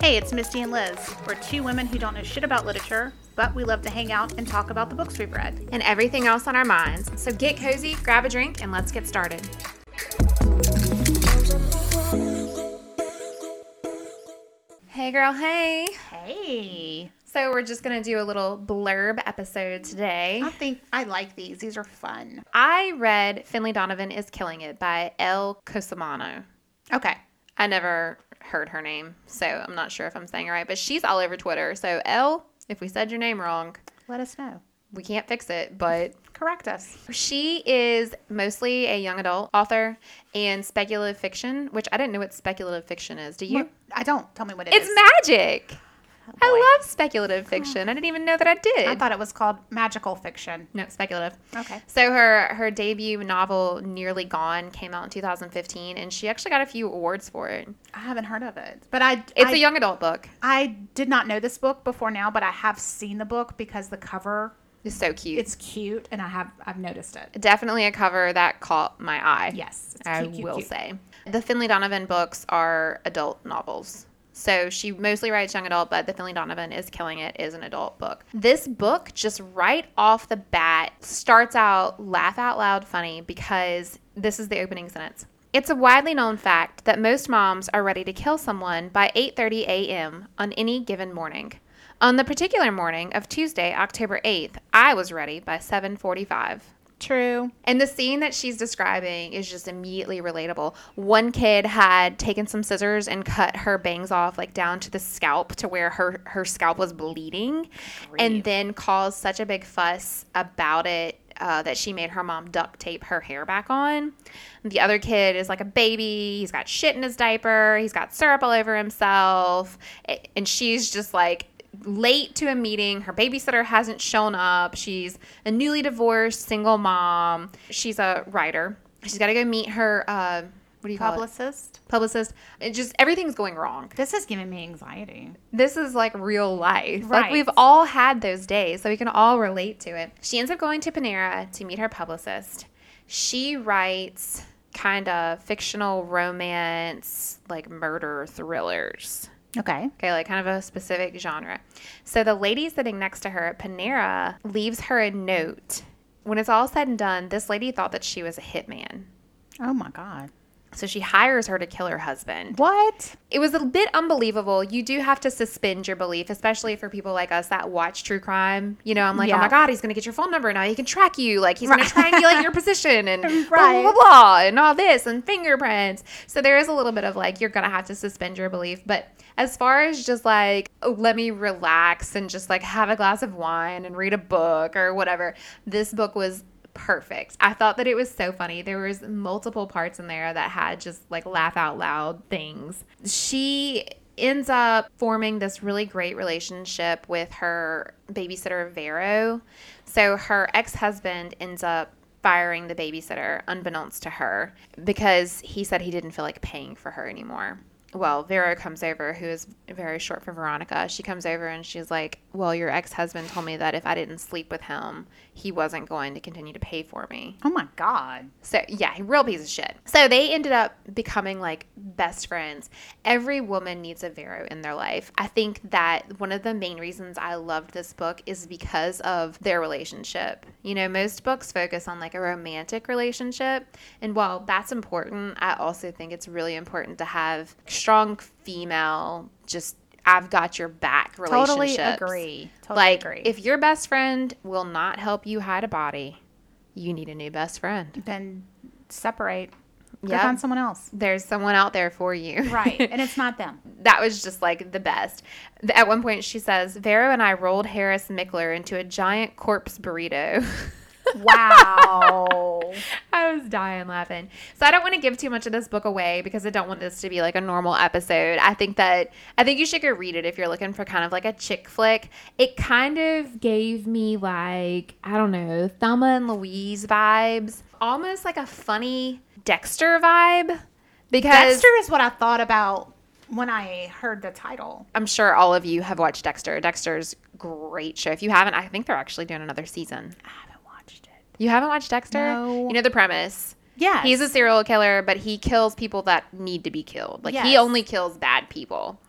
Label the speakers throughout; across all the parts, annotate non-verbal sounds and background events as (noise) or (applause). Speaker 1: Hey, it's Misty and Liz. We're two women who don't know shit about literature, but we love to hang out and talk about the books we've read.
Speaker 2: and everything else on our minds. So get cozy, grab a drink, and let's get started. Hey, girl, hey.
Speaker 1: Hey.
Speaker 2: So, we're just going to do a little blurb episode today.
Speaker 1: I think I like these. These are fun.
Speaker 2: I read Finley Donovan is Killing It by El Cosimano.
Speaker 1: Okay.
Speaker 2: I never heard her name, so I'm not sure if I'm saying it right, but she's all over Twitter. So, El, if we said your name wrong,
Speaker 1: Let us know.
Speaker 2: we can't fix it, but
Speaker 1: Correct us.
Speaker 2: She is mostly a young adult author and speculative fiction, which I didn't know what speculative fiction is. Do you?
Speaker 1: What- I don't. Tell me what it
Speaker 2: It's
Speaker 1: is.
Speaker 2: magic.
Speaker 1: boy.
Speaker 2: I love speculative fiction. I didn't even know that I did.
Speaker 1: I thought it was called magical fiction.
Speaker 2: no, speculative.
Speaker 1: Okay.
Speaker 2: So her her debut novel Nearly Gone came out in 2015 and she actually got a few awards for it.
Speaker 1: I haven't heard of it, but I
Speaker 2: It's
Speaker 1: I,
Speaker 2: a young adult book.
Speaker 1: I did not know this book before now, but I have seen the book because the cover
Speaker 2: It's so cute. It's
Speaker 1: it's cute, and I have I've noticed it.
Speaker 2: definitely a cover that caught my eye.
Speaker 1: Yes, it's
Speaker 2: I
Speaker 1: cute, cute,
Speaker 2: will
Speaker 1: cute.
Speaker 2: say. The Finley Donovan books are adult novels. So she mostly writes young adult, but The Finley Donovan is Killing It is an adult book. This book, just right off the bat, starts out laugh out loud funny because this is the opening sentence. It's a widely known fact that most moms are ready to kill someone by 8:30 a.m. on any given morning. On the particular morning of Tuesday, October 8th, I was ready by 7:45.
Speaker 1: True.
Speaker 2: And the scene that she's describing is just immediately relatable. One kid had taken some scissors and cut her bangs off, like down to the scalp, to where her, her scalp was bleeding, and then caused such a big fuss about it. Uh, that she made her mom duct tape her hair back on. The other kid is like a baby. He's got shit in his diaper. He's got syrup all over himself. A- And she's just like late to a meeting. Her babysitter hasn't shown up. She's a newly divorced single mom. She's a writer. She's got to go meet her. Uh, what do you call it?
Speaker 1: Publicist.
Speaker 2: Publicist. It just everything's going wrong.
Speaker 1: This is giving me anxiety.
Speaker 2: This is like real life. Like
Speaker 1: Right.
Speaker 2: we've all had those days, so we can all relate to it. She ends up going to Panera to meet her publicist. She writes kind of fictional romance, like murder thrillers.
Speaker 1: Okay.
Speaker 2: Okay, like kind of a specific genre. So the lady sitting next to her at Panera leaves her a note. When it's all said and done, this lady thought that she was a hitman.
Speaker 1: Oh my god.
Speaker 2: So she hires her to kill her husband.
Speaker 1: What?
Speaker 2: It was a bit unbelievable. You do have to suspend your belief, especially for people like us that watch true crime. You know, I'm like, oh
Speaker 1: Yeah.
Speaker 2: my God, he's going to get your phone number now. He can track you. Like, he's going
Speaker 1: Right.
Speaker 2: to
Speaker 1: (laughs)
Speaker 2: triangulate your position and blah,
Speaker 1: Right.
Speaker 2: blah, blah, blah, and all this and fingerprints. So there is a little bit of like, you're going to have to suspend your belief. But as far as just like, oh, let me relax and just like have a glass of wine and read a book or whatever, this book was perfect. I thought that it was so funny. There was multiple parts in there that had just like laugh out loud things. She ends up forming this really great relationship with her babysitter Vero. So her ex-husband ends up firing the babysitter unbeknownst to her because he said he didn't feel like paying for her anymore. Well, Vera comes over, who is very short for Veronica. She comes over and she's like, Well, your ex husband told me that if I didn't sleep with him, he wasn't going to continue to pay for me.
Speaker 1: Oh my god.
Speaker 2: So yeah, real piece of shit. So they ended up becoming like best friends. Every woman needs a Vero in their life. I think that one of the main reasons I loved this book is because of their relationship. You know, most books focus on like a romantic relationship, and while that's important, I also think it's really important to have strong female just I've got your back
Speaker 1: Totally
Speaker 2: relationships.
Speaker 1: agree. Totally
Speaker 2: like
Speaker 1: agree.
Speaker 2: if your best friend will not help you hide a body, you need a new best friend.
Speaker 1: then separate. Go
Speaker 2: Yep.
Speaker 1: find someone else.
Speaker 2: there's someone out there for you.
Speaker 1: Right. and it's not them.
Speaker 2: (laughs) that was just like the best. Th- At one point, she says, Vero and I rolled Harris Mickler into a giant corpse burrito. (laughs)
Speaker 1: (laughs) Wow.
Speaker 2: I was dying laughing. So I don't want to give too much of this book away because I don't want this to be like a normal episode. I think that I think you should go read it if you're looking for kind of like a chick flick. It kind of gave me like, I don't know, Thelma and Louise vibes. Almost like a funny Dexter vibe. Because
Speaker 1: Dexter is what I thought about when I heard the title.
Speaker 2: I'm sure all of you have watched Dexter. Dexter's great show. If you haven't, I think they're actually doing another season.
Speaker 1: I haven't watched it.
Speaker 2: You haven't watched Dexter?
Speaker 1: No.
Speaker 2: You know the premise.
Speaker 1: Yeah.
Speaker 2: He's a serial killer, but he kills people that need to be killed. Like he
Speaker 1: Yes.
Speaker 2: only kills bad people.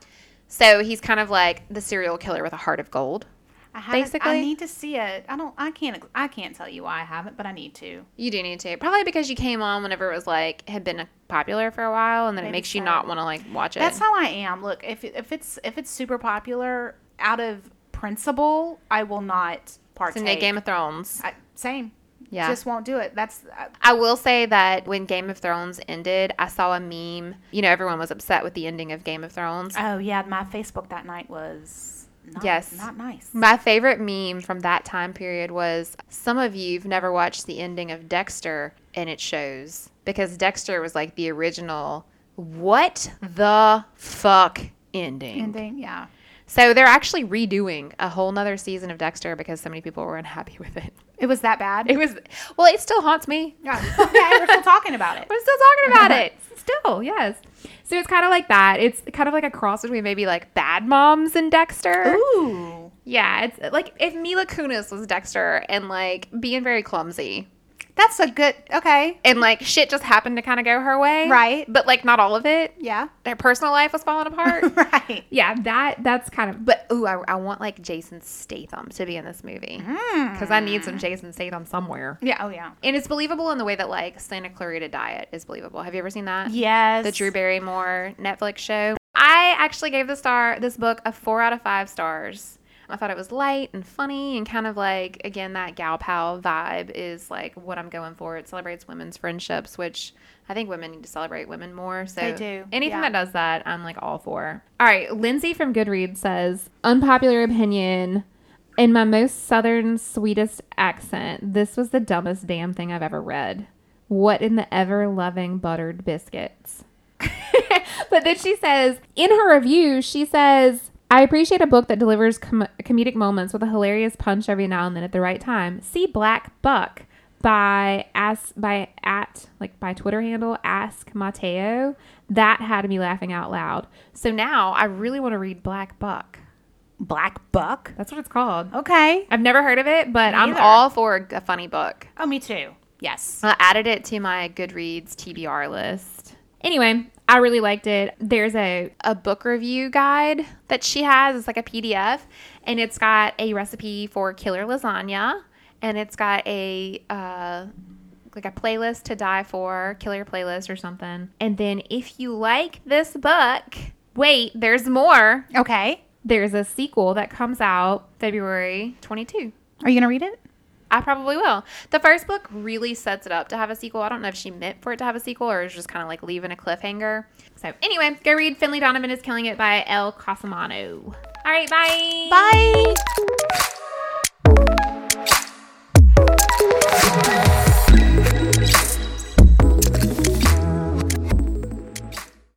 Speaker 2: So he's kind of like the serial killer with a heart of gold.
Speaker 1: I haven't- I
Speaker 2: Basically-
Speaker 1: need to see it. I don't. I can't. I can't tell you why I haven't, but I need to.
Speaker 2: You do need to. Probably because you came on whenever it was like had been popular for a while and then it
Speaker 1: Maybe
Speaker 2: makes you
Speaker 1: so.
Speaker 2: not want to like watch it.
Speaker 1: That's how I am. Look, if if it's if it's super popular, out of principle, I will not
Speaker 2: it's
Speaker 1: partake.
Speaker 2: in Game of Thrones.
Speaker 1: I, same.
Speaker 2: Yeah.
Speaker 1: Just won't do it. That's. uh, I,
Speaker 2: I will say that when Game of Thrones ended, I saw a meme. You know, everyone was upset with the ending of Game of Thrones.
Speaker 1: oh yeah, my Facebook that night was. Not,
Speaker 2: Yes.
Speaker 1: Not nice.
Speaker 2: My favorite meme from that time period was some of you've never watched the ending of Dexter and it shows because Dexter was like the original what the fuck ending.
Speaker 1: Ending. Yeah.
Speaker 2: So they're actually redoing a whole nother season of Dexter because so many people were unhappy (laughs) with it.
Speaker 1: It was that bad.
Speaker 2: It was well, it still haunts me. (laughs)
Speaker 1: yeah. Okay, we're still talking about it.
Speaker 2: We're still talking about it. (laughs) Still, yes. So it's kind of like that. It's kind of like a cross between maybe like Bad Moms and Dexter.
Speaker 1: (laughs) Ooh.
Speaker 2: Yeah, it's like if Mila Kunis was Dexter and like being very clumsy
Speaker 1: That's a good. Okay.
Speaker 2: and like shit just happened to kind of go her way.
Speaker 1: Right.
Speaker 2: But like not all of it.
Speaker 1: Yeah.
Speaker 2: Her personal life was falling apart.
Speaker 1: (laughs) Right.
Speaker 2: yeah, that that's kind of but ooh, I, I want like Jason Statham to be in this movie. Because I need some Jason Statham somewhere.
Speaker 1: Yeah. Oh yeah.
Speaker 2: And it's believable in the way that like Santa Clarita Diet is believable. Have you ever seen that?
Speaker 1: Yes.
Speaker 2: the Drew Barrymore Netflix show. I actually gave this star this book a four out of five stars. I thought it was light and funny and kind of like again that gal pal vibe is like what I'm going for. It celebrates women's friendships, which I think women need to celebrate women more. So
Speaker 1: They do,
Speaker 2: anything
Speaker 1: yeah.
Speaker 2: that does that, I'm like all for. All right, Lindsay from Goodreads says unpopular opinion. In my most southern sweetest accent, this was the dumbest damn thing I've ever read. What in the ever loving buttered biscuits? (laughs) but then she says, in her review, she says, I appreciate a book that delivers com- comedic moments with a hilarious punch every now and then at the right time. See Black Buck by as by at like by Twitter handle ask Mateo. That had me laughing out loud. So now I really want to read Black Buck.
Speaker 1: Black Buck.
Speaker 2: That's what it's called.
Speaker 1: Okay.
Speaker 2: I've never heard of it, but I'm
Speaker 1: either.
Speaker 2: all for a funny book.
Speaker 1: Oh, me too. Yes.
Speaker 2: I added it to my Goodreads TBR list. Anyway, I really liked it. There's a, a book review guide that she has. It's like a PDF, and it's got a recipe for killer lasagna, and it's got a uh, like a playlist to die for, killer playlist or something. And then if you like this book, wait, there's more.
Speaker 1: Okay.
Speaker 2: There's a sequel that comes out February 22.
Speaker 1: Are you gonna read it?
Speaker 2: I probably will. The first book really sets it up to have a sequel. I don't know if she meant for it to have a sequel or is just kind of like leaving a cliffhanger. So, anyway, go read Finley Donovan is Killing It by El Casamano. All right, bye.
Speaker 1: Bye.